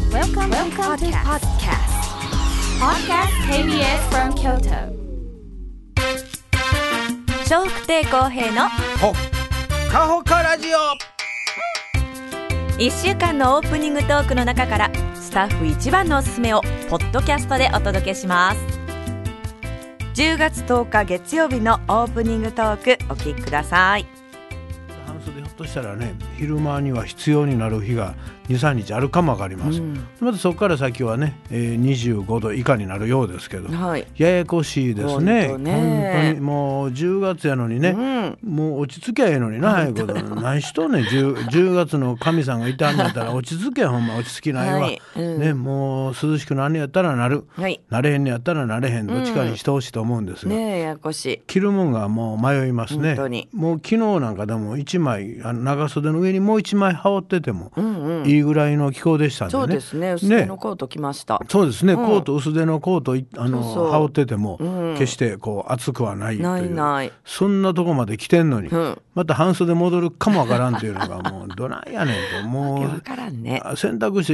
Welcome, to podcast. Welcome to Podcast KBS from Kyoto. 笑福亭公平のほっかほかラジオ1週間のオープニングトークの中からスタッフ一番のおすすめをポッドキャストでお届けします10月10日月曜日のオープニングトークお聞きください半袖ひょっとしたらね昼間には必要になる日が23日あるかもわかります、まずそこから先はね、えー、25度以下になるようですけどはいややこしいですね本当ね本当にもう10月やのにね、もう落ち着きゃええのにな早いこと何しとんねん 10, 10月の神さんがいたんだったら落ち着けほんま落ち着きないわ、はいうんね、もう涼しくなんねやったらなる、はいなれへんねやったらなれへんどっちかにしてほしいと思うんですが、ねえややこしい着るもんがもう迷いますね本当にもう昨日なんかでも1枚あの長袖の上にもう1枚羽織っててもいいぐらいの気候でしたんでね、そうですね。薄手のコート着ました。そうですね、コート薄手のコートいあのそうそう羽織ってても、決してこう暑くはないというないないそんなとこまで来てんのに、んまた半袖戻るかもわからんというのが もうどないやねんともわうからんね。あ洗濯し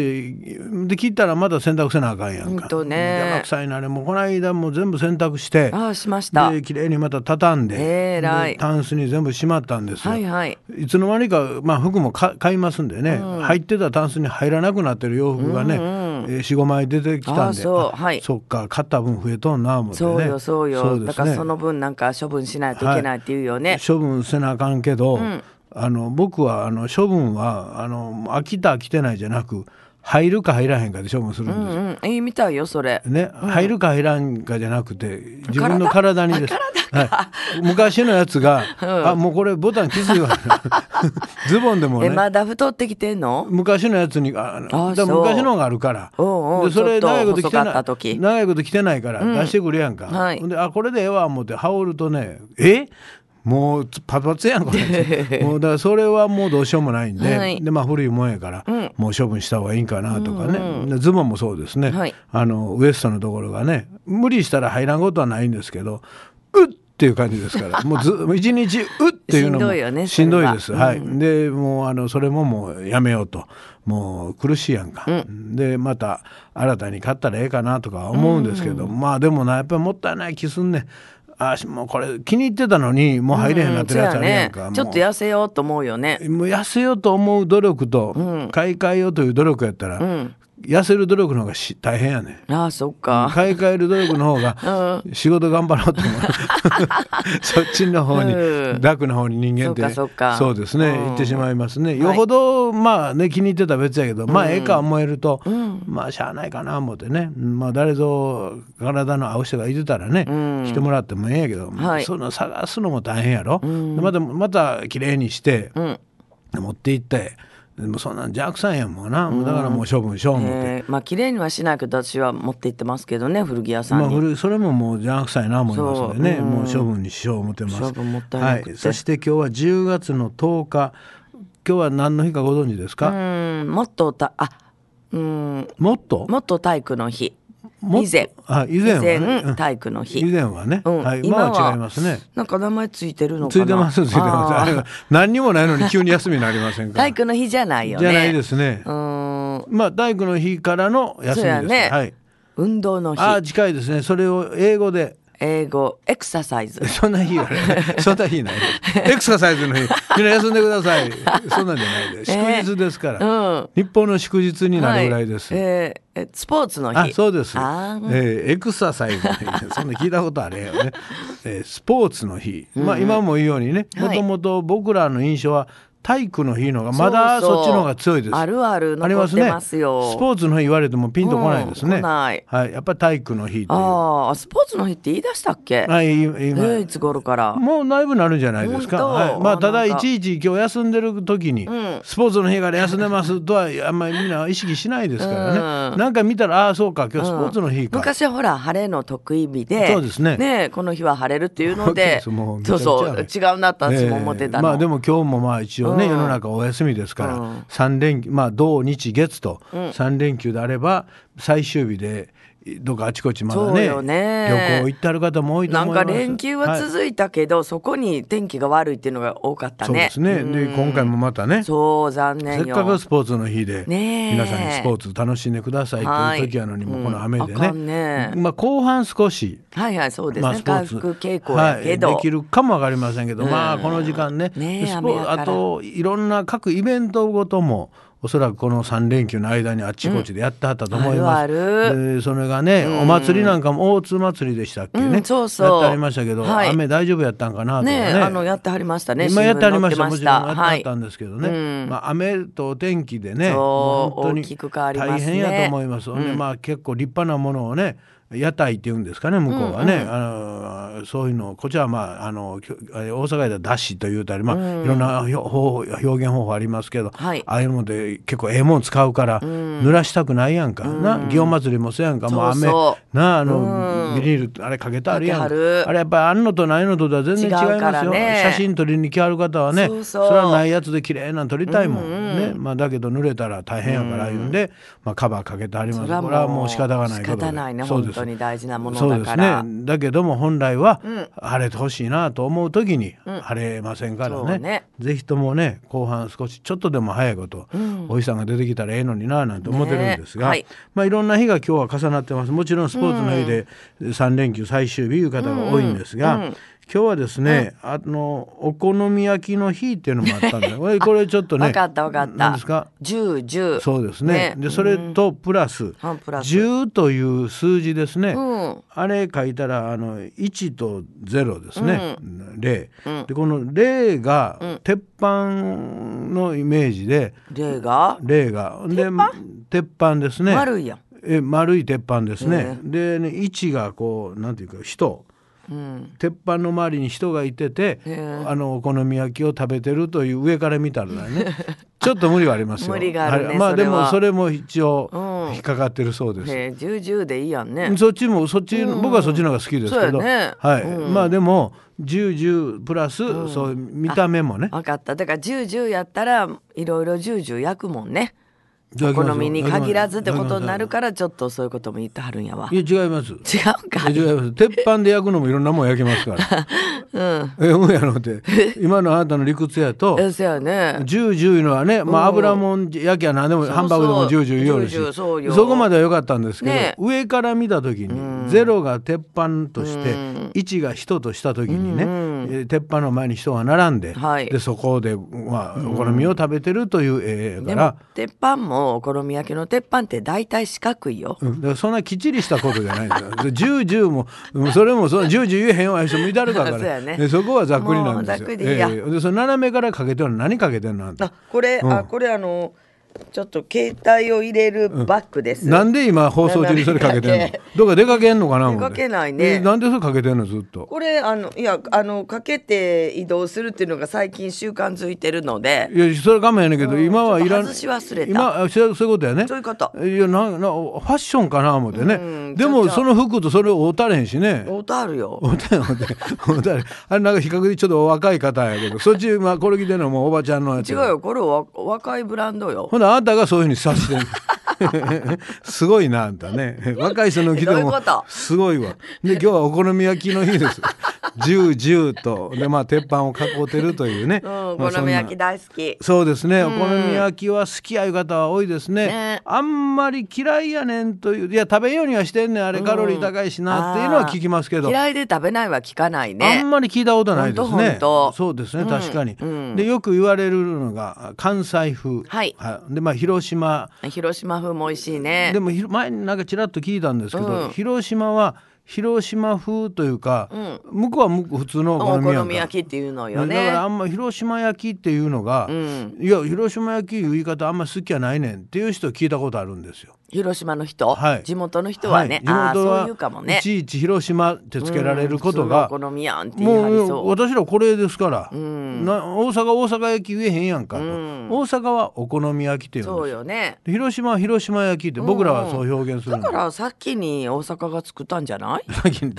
てで切ったらまだ洗濯せなあかんやんかほんとね邪魔くさいなあれもうこの間も全部洗濯してああしました。で綺麗にまた畳んで,、えらいでタンスに全部しまったんですよ。はいいはい。つの間にか、まあ、服もか買いますんでね、入ってたタンスに入らなくなってる洋服がね、えー45枚出てきたあんあでそうはいそっか買った分増えとんな思ってねそうよそうよ。ですねだからその分なんか処分しないといけないっていうよね。処分せなあかんけど、あの僕はあの処分はあの飽きた飽きてないじゃなく入るか入らへんかで処分するんですようんうん。いいみたいよそれ。ね、入るか入らんかじゃなくて自分の体にです。はい、昔のやつが、あもうこれボタンきついわ ズボンでもえね、まだ太ってきてんの？昔のやつにああだからそう昔のがあるからおうおうでそれちょっと長いこと着て細かったない時長いこと着てないから出してくれやんか、はいほんであこれでええわ思って羽織るとねえもうパツパツやんこれ もうだからそれはもうどうしようもないんで,、はいでまあ、古いもんやから、もう処分した方がいいんかなとかね、でズボンもそうですね、はいあのウエストのところがね無理したら入らんことはないんですけどうっっていう感じですからもうずもう一日うっていうのしんどいよもねしんどいそれはですはい、でもうあのそれももうやめようともう苦しいやんか、でまた新たに買ったらええかなとか思うんですけど、まあでもなやっぱりもったいない気すんねんあしもうこれ気に入ってたのにもう入れへんなってるやつあるやんか、ちょっと痩せようと思うよね。もう痩せようと思う努力と、買い替えようという努力やったら、痩せる努力の方がし大変やねんああそっか。買い替える努力の方 が仕事頑張ろうと思うそっちの方にうん楽な方に人間ってそっかそっかそうですねうん行ってしまいますねよほどまあね気に入ってたら別やけどまあええか思えるとまあしゃあないかな思ってねまあ誰ぞ体の合う人がいてたらね来てもらってもええんやけどはいその探すのも大変やろでまたまた綺麗にしてん持って行ってでもそんなん邪悪さんやもんなだからもう処分しよう思って。えーまあ綺麗にはしないけど私は持って行ってますけどね古着屋さまあ、んに。古いそれももう邪悪さいな思いますのでね、そううんもう処分にしよう思ってます処分もったいなくてはい、そして今日は10月の10日今日は何の日かご存知ですうか、んもっとたあうんもっともっと体育の日。もっ以前あ以前はね以前うん体育の日以前はね、うんはい、今は今は違いますねなんか名前ついてるのかつないてますついてますあー何にもないのに急に休みになりませんから 体育の日じゃないよじねゃないですねう、ーんまあ体育の日からの休みでそすうやねはい、運動のああ日近いですねそれを英語で英語エクササイ ズそんな日は ね、そんな日ない。エクササイズの日、みんな休んでください。そんなんじゃないで、え祝日ですから、うん日本の祝日になるぐらいです。はいえーえスポーツのあ日、そうです。えあーーエクササイズの日、そんな聞いたことあれよね。えースポーツの日、まあ今も言うようにね、もはいともと僕らの印象は体育の日のがまだそうそうそっちの方が強いです。あるある残ってますよね。スポーツの日言われてもピンとこないですね。うん来ないはい、やっぱり体育の日っていう。はああスポーツの日って言い出したっけ、いい、今。えーいつ頃からもう内部なるんじゃないですか。本当はい、まああただなんいかちいち今日休んでる時に、んスポーツの日から休んでますとはあんまりみんな意識しないですからね。うんなんか見たらああそうか今日スポーツの日か。昔はほら晴れの得意日でそうですねえこの日は晴れるっていうそうのでですもうめちゃそくうちゃあれそう違うなと私も思ってたの、ええまあでも今日もまあ一応ね、うん世の中お休みですから、うん3連休まあ土日月と3連休であれば最終日でどっかあちこちまだそうねよね旅行行ってある方も多いとな思いんますか連休ははい続いたけど、そこに天気が悪いっていうのが多かったそうでね。すね、うんで今回もまたねそう残念せよ。っかくスポーツの日で、ねえ皆さんにスポーツ楽しんでくださいはいという時やのにも、うんこの雨であかね,、んねまあ、後半少し、はいはいそうですね、まあ、スポー回ツ復傾向やけど、はい、できるかもわかりませんけど、まあこの時間ねねえスポ雨やからあといろんな各イベントごともおそらくこの3連休の間にあっちこっちでやってはったと思います、あるあでそれがね、お祭りなんかも大津祭りでしたっけね、うんそうやそうってありましたけど、はい雨大丈夫やったんかなとかねねあのやってはりましたね。今やってありましたも新ち聞ろん載やってってまあしったたんですけどね、うんまあ、雨とお天気でねそうもう本当に大きく変わります大ね変やと思います、ほんでまあ、結構立派なものをね屋台っていうんですかね向こうはね、あのそういうのをこっちらはまああのきょあれ大阪ではだしというたり、まあいろんなひょ方表現方法ありますけど、はいああいうので結構ええもん使うから、濡らしたくないやんか、な祇園祭りもそうやんかもう雨そうそうなああの、ビニールあれかけてあるやんかかけはるあれやっぱりあんのとないのとでは全然違い違うかますらよ、ね写真撮りに来はる方はねそうそうれはないやつで綺麗なの撮りたいもん、ねまあ、だけど濡れたら大変やから言うんで、まあ、カバーかけてありますこれはもう仕方がないことで仕方ないねそう本です当に大事なものそうだでかすら。ねだけども本来は晴れてほしいなと思う時に晴れませんからそね,、うねぜひともね後半少しちょっとでも早いこと、お日さんが出てきたらええのにななんて思ってるんですが、ねはいまあ、いろんな日が今日は重なってますもちろんスポーツの日で3連休最終日いう方が多いんですが、今日はですね、あのお好み焼きの日っていうのもあったんで これこれちょっとね分かった分かった。何ですか十十。そうですねでそれとプラスあプラス10という数字ですね、うんあれ書いたらあの1と0ですね、零でこの0が鉄板のイメージで例が0がで鉄板ですね悪いやん。え丸い鉄板ですね、でね1がこうなんていうか人うん。鉄板の周りに人がいてて、へあのお好み焼きを食べてるという上から見たら ねちょっと無理がありますよ無理があるねはいまあそれではもそれも一応うん引っかかってるそうです、へえ十十でいいやんね。そっちもそっち、僕はそっちの方が好きですけど、そうやねはい、うんまあでも10、10プラス、そういう見た目もね。分かった。だから十十やったらいろいろ十十焼くもんね。いただき好ますみに限らずってことになるら。からちょっとそういうことも言ってはるんやわ。いや違います。違うか。いや違います。鉄板で焼くのもいろんなもん焼けます から。え、うんやろって。今のあなたの理屈やと。えそうやね。ジュージュいうのはね、まあ、油もん焼きゃ何でもそうハンバーグでもジュージュ言うよるしジュージュそうよそこまでは良かったんですけど、ね上から見た時にゼロが鉄板として1が人とした時にね、えー鉄板の前に人が並んで,、はいでそこで、まあ、お好みを食べてるという絵やかでらも。鉄板もお好み焼きの鉄板って大体四角いよ。うんだからそんなきっちりしたことじゃないんですよ。 でジュージューもうんそれもそのジュージュー言えへんわ人もいたるから そうやねでそこはざっくりなんですもうざっよ。くりでいいやええでその斜めからかけてるの何かけてるのあんたあこれ、うんあこれあのちょっと携帯を入れるバッグです。なんで今放送中にそれかけてんなのんでどっか出かけんのかな思って出かけないねえなんでそれかけてんのずっとこれあのいやあのかけて移動するっていうのが最近習慣づいてるのでいやそれ我慢やねんけど、うん今はいらんちょっと外し忘れた今あそうそういうことやねそういうこといやななファッションかな思ってね、うんでちもょっとその服とそれを合うたれへんしねおたあるよ。おたれおたれおたれあれなんか比較的ちょっとお若い方やけどそっちまあこれ着てんのもうおばちゃんのやつ違うよこれは若いブランドよ。ほなあんたがそういうふうに察して るすごいなあんたね若い人の着てどういうもことすごいわで今日はお好み焼きの日です十十とでまあ鉄板を囲ってるというね、うんおまあ好み焼そきんな大好き。そうですね、お好み焼きは好きやいう方は多いですねねあんまり嫌いやねんといういや食べんようにはしてんねんあれカロリー高いしなっていうのは聞きますけど、あー嫌いで食べないは聞かないあんね。まり聞いたことないですほんとほねんと。そうですね、確かに、うんでよく言われるのが関西風、はいでまあ広島広島風も美味しいねで。もひろ前になんかちらっと聞いたんですけど、うん広島は広島風というか、向こうは向こう普通のお好おみやんか好み焼きっていうのよだかねらあ。んま広島焼きっていうのが、んいや広島焼きいう言い方あんま好きやないねんっていう人聞いたことあるんですよ。広島の人、はい地元の人はね、ああ地元そうはいうかもねい。ちいち広島ってつけられることが、うん普通のお好みやんって言いも張りそううう私らこれですから、な大阪大阪焼き言えへんやんかと、ん大阪はお好み焼きっていうんそうですよねで広島は広島焼きって僕らはそう表現するだんでかす、らさっきに大阪が作ったんじゃない先 にね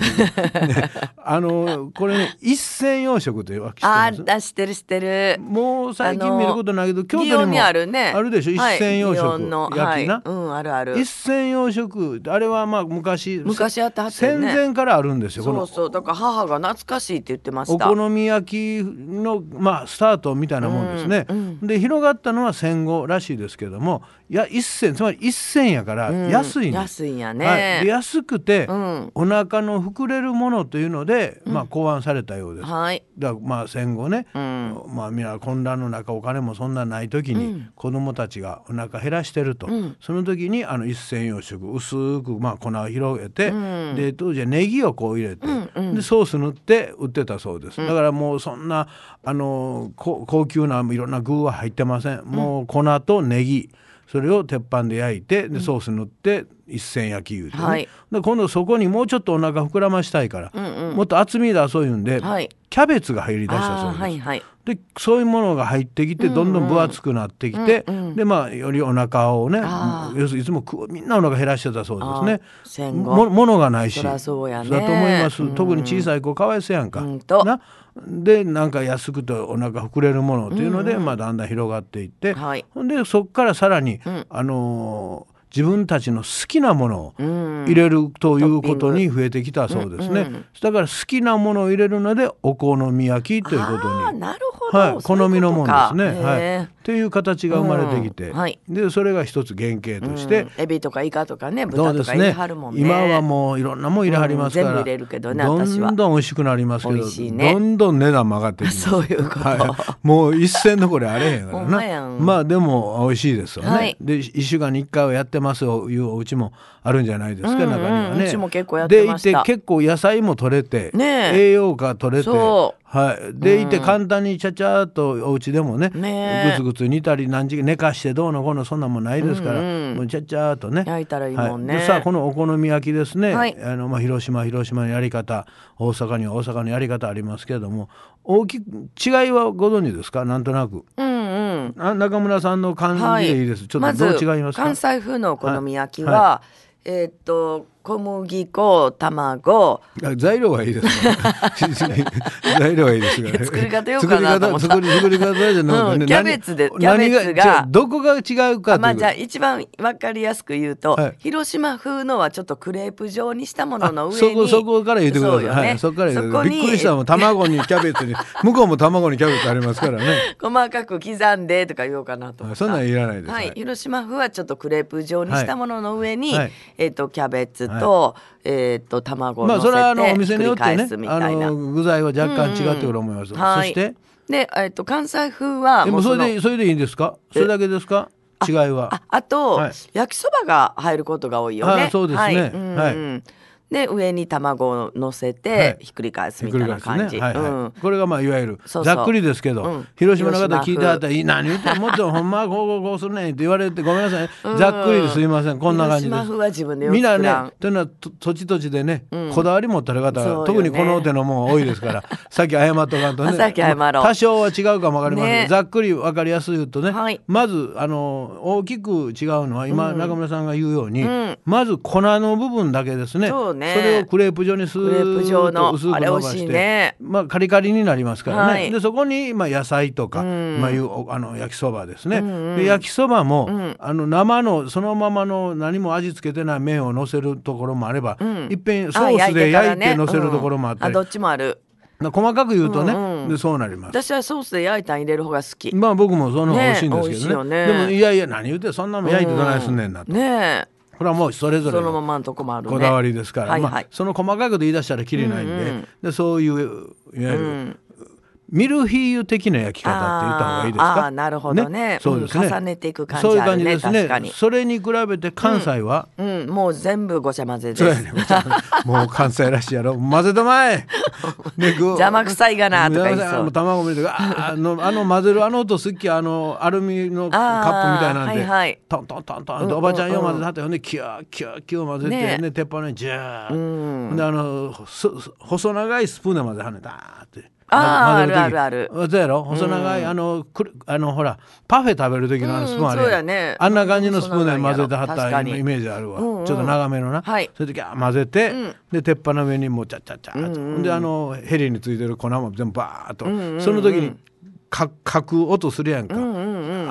あのこれね一銭養殖というわけあ知ってますあ知ってる知ってるもう最近見ることないけど京祇都園ににもあるねあるでしょ一はい銭養祇園の殖は焼いきな、うんあるあある一銭養殖あれはまあ昔昔あったはずよね戦前からあるんですよこそのうそうだから母が懐かしいって言ってまおした好み焼きの、まあ、スタートみたいなもんですね、で広がったのは戦後らしいですけどもいや一銭つまり一銭やから安いんです、安いんやね、はい、で安くて、んお腹の膨れるものというので、まあ、考案されたようです。はいだからまあ戦後ね、まあみんな混乱の中お金もそんなない時に子供たちがお腹減らしてると、その時にあの一銭養殖薄くまあ粉を広げて、で当時はネギをこう入れて、でソース塗って売ってたそうです、だからもうそんなあのこ高級ないろんな具は入ってません、もう粉とネギそれを鉄板で焼いてでソース塗って一銭焼きいうてね、はいで今度そこにもうちょっとお腹膨らましたいから、もっと厚みだそういうんで、はいキャベツが入り出したそうであーす、はいはいでそういうものが入ってきてどんどん分厚くなってきて、でまあよりお腹をねあ要するにいつも食うみんなお腹減らしてたそうですねあー戦後もものがないしそらそうやねだと思います、うん特に小さい子かわいそうやんか、うんとなでなんか安くてお腹膨れるものっていうので、まあ、だんだん広がっていって、はいほんでそこからさらに、あのー自分たちの好きなものを入れるということに増えてきたそうですね、だから好きなものを入れるのでお好み焼きということにあーなるほど、はい、そういうこと好みのもんですね。かへはーい、という形が生まれてきて、うんはいでそれが一つ原型として、うんエビとかイカとかねそ豚うでとすか入れはるもんね今はもういろんなもん入れはりますから、うん全部入れるけどねど私はんどん美味しくなりますけ美ど、味しいねどんどん値段も上がってきます。そういうことはい、もう一銭どころあれへんかほんまらやな。んまあでも美味しいですよね。はいで一週間に一回はやってますというお家もあるんじゃないですか、うんうん中にはね。うちも結構やってましたでいて結構野菜も取れて、ねえ栄養価取れて、そはい。でいて簡単にちゃちゃっとお家でもね、ねえぐつぐつ煮たり何時間寝かしてどうのこうのそんなもんないですから、うんうんもうちゃちゃっとね。焼いたらいいもんねはでさあこのお好み焼きですね、はいあのまあ、広島広島のやり方大阪には大阪のやり方ありますけれども大きく違いはご存知ですかなんとなくうんうんあ中村さんの感はいじでいいです、ちょっとどう違いますか、関西風のお好み焼きは、はえーっと小麦粉卵あ材料はいいですから 材料はいいですから、作り方ようかなと思った作り方作り作り方じゃなくてね、うんキャベツで何何キャベツが違うどこが違うかというまあじゃあ一番わかりやすく言うと、はい広島風のはちょっとクレープ状にしたもののそ上こにそこから言ってください。はい、そそこうからよね言ってそくだこさい。びっくりしたもん。卵にキャベツに、向こうも卵にキャベツありますからね。細かく刻んでとか言おうかなと思ったそんなんいらないです。はい、広島風はちょっとクレープ状にしたものの上に、はいはいえっ、とキャベツと、えっ、と卵をま乗あせてそれはあのお繰店によっりて返ねすみ、あたいな。の具材は若干違ってくると思います。そはいして、で、えっ、と関西風はでももうそそのれでそれでいいんですか？それだけですか？違いはあ。あと、はい焼きそばが入ることが多いよあね。そうですねはいはいうんうんで上に卵を乗せて、はいひっくり返すひっみくたりい返なすね感じ。はいうんはい、これがまあいわゆるそうそうざっくりですけど、うん広島の方聞いてはった広島ら「いい何言ってんもっとほんまはこうこうこうするねん」って言われてごめんなさい、ざっくりですいませんこんな感じです。広島風は自分でよくみんな作らんねというのはと土地土地でね、こだわり持った方そうよ々ね特にこの手のもん多いですから さっき謝っとかんとねさっき謝ろうまあ多少は違うかもわかりませんけど、ねざっくりわかりやすい言うとね、はいまずあの大きく違うのは今、中村さんが言うように、まず粉の部分だけですねそうねれをクレープ状にすクレープ状の薄くあれ伸美ば味ししていねまあ、カリカリになりますからね、はいでそこに、まあ、野菜とか、まあ、いうおあの焼きそばですね、で焼きそばも、あの生のそのままの何も味付けてない麺をのせるところもあれば、いっぺんソあースでから焼いてのせるところもあったうんり、どっちもある。な細かく言うとね、うんうんでそうなります。私はソースで焼いたん入れる方が好き。まあ僕もその方が美味しいんですけどねね美味しいよねでもいやいや何言うてそんなもん焼いてどないすんねんなと、ねこれはもうそれえ、ぞれそののままのとこもあるね。こだわりですから、はいはいまあ、その細かいこと言い出したらきりないんで,、でそういういわゆる、ミルフィーユ的な焼き方って言った方がいいですあーかあーなるほどねそうですね、うん重ねていく感じそういうある感じねです確かねにそれに比べて関西は、うん、もう全部ごちゃ混ぜです。そうやねごちゃ もう関西らしいやろ混ぜたまえ邪魔くさいがなとか言いそうあの卵入れてあーあのあの混ぜるあの音好きあのアルミのカップみたいなんで、あーはいはいトントントントンうんうんとおばちゃんよ混ぜたってほんでキューキューキュー混ぜてねね鉄板にジャーであのそそ細長いスプーンで混ぜはねだーって。あー混ぜ時あるあるそうやろ細長い、あのくるあのほらパフェ食べる時のあのスプーンあるやんうんそうやねあんな感じのスプーンで混ぜてはっうんそうなんたやろ確かイにメージあるわ、うんうんちょっと長めのな、はいそれでギャー混ぜて、で鉄板の上にもうチャッチャッチャーと、であのヘリについてる粉も全部バーっと、その時にかかく音するやんか、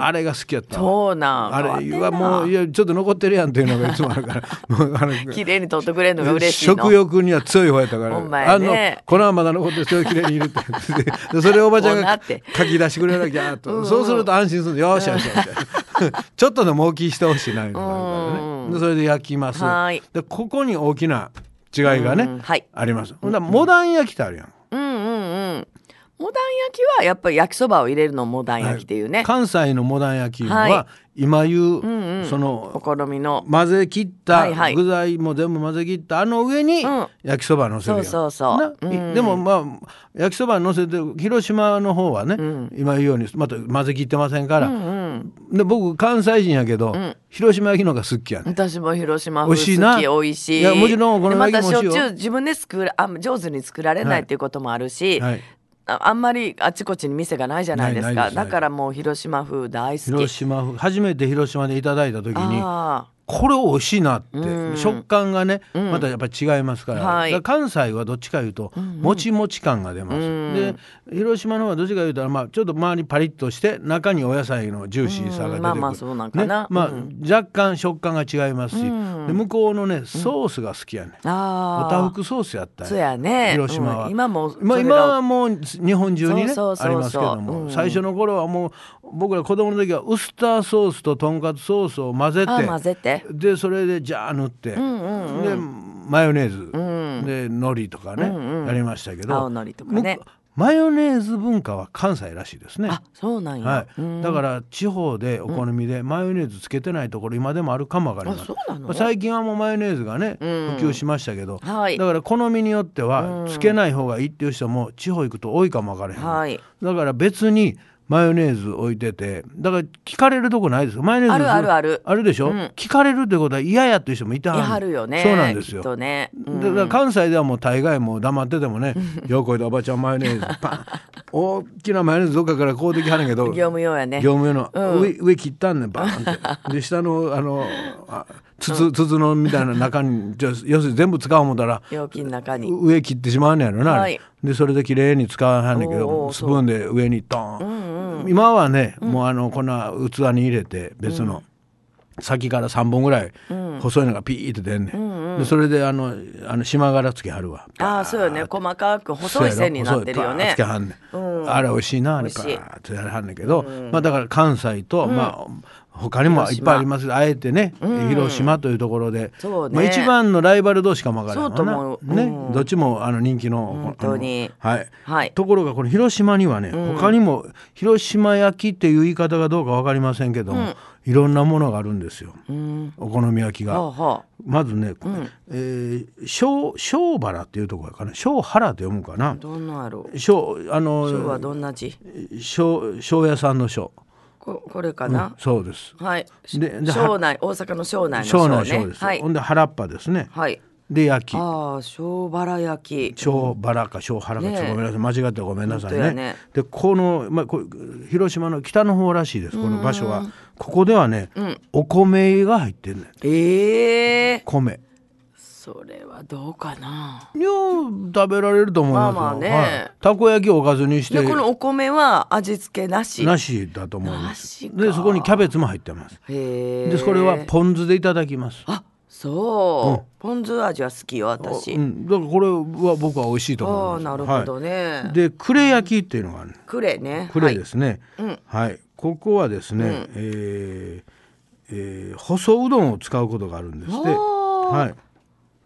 あれが好きやったわそうなんあれはもういやちょっと残ってるやんっていうのがいつもある からもうあの綺麗に取ってくれるのが嬉しいの食欲には強い方やったから、ほんまやねあの粉はまだ残ってるそれきれいにいるってでそれをおばちゃん女っがて書き出してくれなきゃとそうすると安心するのよーしよしよしちょっとでも大きいしてほしいないうのがあるからねでそれで焼きますはーいでここに大きな違いがね、うんはいありますほんならモダン焼きってあるやん、うんうんうんモダン焼きはやっぱり焼きそばを入れるのモダン焼きっていうね、関西のモダン焼きは、はい今言う、んうんそのお好みの混ぜ切っはいはたい具材も全部混ぜ切ったあの上にうん焼きそばのせるやんそうそうそうなうでもまあ焼きそばのせて広島の方はね、今言うようにまた混ぜ切ってませんから、で僕関西人やけど、広島焼きの方が好きやね、私も広島美風味しい好なき美味しいいやもちろんお好み焼きも美味しいよでまたしょっちゅう自分で作らあ上手に作られなはいいっていうこともあるし、はい、ああんまりあちこちに店がないじゃないですなかいないですだからもう広島風大好き広島風初めて広島でいただいた時にあこれ美味しいなって、うん食感がねまたやっぱ違いますから,、はいだから関西はどっちかいうと、もちもち感が出ます、うんで広島の方はどっちかいうと、まあ、ちょっと周りパリッとして中にお野菜のジューシーさが出てくる、うんまあまあそうなんかなねまあう若干食感が違いますし、うんで向こうのねソースが好きやね、ーあおーたふくソースやったんそうやね広島は、うん今もまあ、それ今がはもう日本中にねそうそうそうそうありますけども、うん最初の頃はもう僕ら子供の時はウスターソースととんかつソースを混ぜあてー混ぜてでそれでジャー塗って、でマヨネーズ、で海苔とかね、やりましたけど青海苔とかね僕マヨネーズ文化は関西らしいですね。あそうなんや、はうんい、だから地方でお好みでマヨネーズつけてないところ今でもあるかもわかりまあすそうなのまあ最近はもうマヨネーズがね普うん及しましたけど、はいだから好みによってはつけない方がいいっていう人も地方行くと多いかもわからへん、はいだから別にマヨネーズ置いててだから聞かれるとこないですかマヨネーズあるあるあるあるでしょ、うん聞かれるってことは嫌やっていう人もいてはやんはるよねそうなんですきよっとね、うんでだから関西ではもう大概もう黙っててもね「ようこいでおばちゃんマヨネーズ パン大きなマヨネーズどっかからこうできはるんやけど業務用やね業務用の、うん上上切ったんねバーン ってで下のあのあ筒筒のみたいな中にじゃあ要するに全部使おう思ったら容器の中に上切ってしまうんやろな、あれはいでそれで綺麗に使わはんねんけおーどスプーンで上にドーン、ん今はね、もうあのこんな器に入れて別の、先から3本ぐらい細いのがピーって出んねん、でそれであのあの島柄つけはるわああそうよね細かく細い線になってるよそうやろ細いバーッねつけはんねんあれ美味しいなあれ美味パしいーッとやらはんねんけど、まあだから関西と、まあ他にもいっぱいありますけどあえてね、広島というところで、そうねまあ、一番のライバル同士かもわからんわなそうと思ううんね、どっちもあの人気の本当にあのはい、はいところがこの広島にはね、他にも広島焼きっていう言い方がどうかわかりませんけども、いろんなものがあるんですよ、お好み焼きが。ほうほまずね、えー小小原っていうところやかな小原って読むかなうどんなんやろう小あ今日はのどんな字小小屋さんの小ここれかな、そうですはいでで省内大阪の省内の小の省ね小です、はいほんで原っぱですね、はいで焼きああ小腹焼き小原か小原か、ねえちょっとごめんなさい間違ってごめんなさい本当やね。ねでこの、まあ、こう広島の北の方らしいですこの場所はここではね、お米が入ってるねんええ米。それはどうかないや食べられると思いますよ、まあまあねはいたこ焼きをおかずにしてでこのお米は味付けなしなしだと思いまなしす。かでそこにキャベツも入ってます。へえでこれはポン酢でいただきます。あそう、ポン酢味は好きよ私、うん、だからこれは僕は美味しいとあ思あいます。なるほどね。ね、でクレ焼きっていうのがある。クレね、クレですすね。はい、ここはですね、えーえー細うどんを使うことがあるんですって。おーはい。はい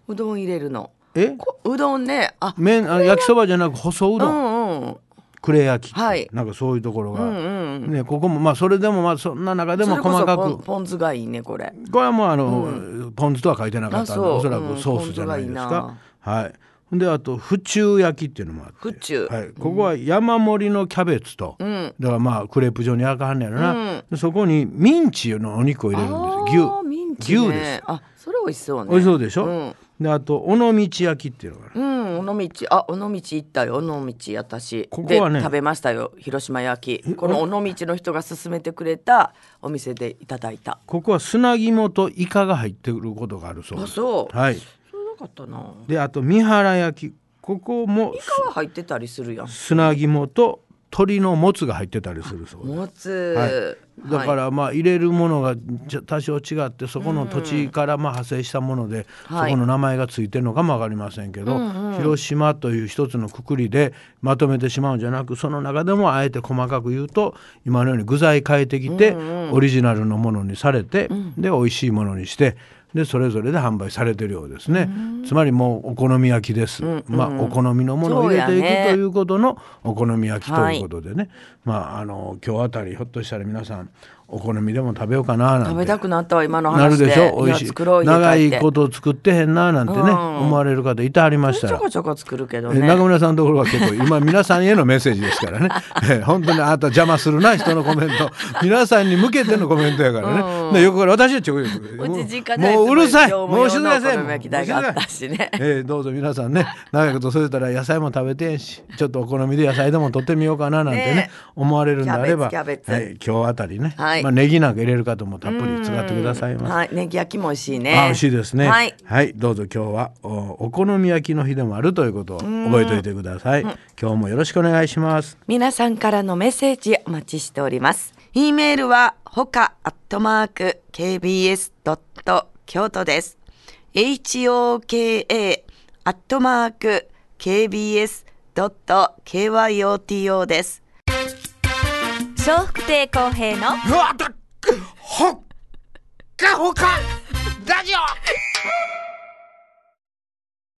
うどん入れるのえ？こうどんねあ麺あ焼きそばじゃなく細ううどん。んうんクレ焼きって、はいなんかそういうところが、うんうんねここもまあそれでもまあそんな中でも細かそれこそポくンポン酢がいいねこれこれはもうあの、ポン酢とは書いてなかったんであそうおそらうんくソースじゃないですポン酢がいいかな、はいほんであと府中焼きっていうのもあって府中はい、ここは山盛りのキャベツと、だからまあクレープ状に焼かはんねやろな、でそこにミンチのお肉を入れるんですあーミン牛チね牛ですあそれ美味しそうね美味しそうでしょ、うんであと尾道焼きっていうのがあるうん、尾道あ尾道行ったよ尾道私ここはねで食べましたよ広島焼きこの尾道の人が勧めてくれたお店でいただいたここは砂肝とイカが入ってくることがあるそうあですそうはいそれなかったなであと三原焼きここもイカは入ってたりするやん砂肝と鶏のもつが入ってたりするそうです。もつ、はい、だからまあ入れるものがちょ多少違ってそこの土地からまあ派生したもので、はいそこの名前がついてるのかも分かりませんけど、広島という一つのくくりでまとめてしまうんじゃなくその中でもあえて細かく言うと今のように具材変えてきて、オリジナルのものにされて、で美味しいものにして。でそれぞれで販売されてるようですね、つまりもうお好み焼きです、まあ、お好みのものを入れていそうやくねというということのお好み焼きということでね、まああの今日あたりひょっとしたら皆さんお好みでも食べようかななんて食べたくなったわ今のなる話ででしょ美味やしい作ろう家帰長っいてこと作ってへんななんてね、思われる方いてはりましたちょらこ。ちょこ作るけどえね中村さんのところは結構今皆さんへのメッセージですからねえ本当にあなた邪魔するな人のコメント皆さんに向けてのコメントやからね、で横から私はちょこちょこうち実家でもううるさい業務もうしてください用のお好み焼き台があったしねえーどうぞ皆さんね長いことそれたら野菜も食べてんしちょっとお好みで野菜でも取ってみようかななんてねね思われるんであればキャベツキャはベツい、今日あたりね、はいまあ、ネギなんか入れる方もたっぷり使ってくださいませ。はいネギ焼きも美味しいねあ美味しいですね。ははいい、どうぞ今日はおお好み焼きの日でもあるということを覚えておいてください。今日もよろしくお願いします。皆さんからのメッセージお待ちしております。e メールは、ほか、アットマーク、kbs. 京都です。hoka、アットマーク、kbs.kyoto です。笑福亭公平のうわだっほっかほか。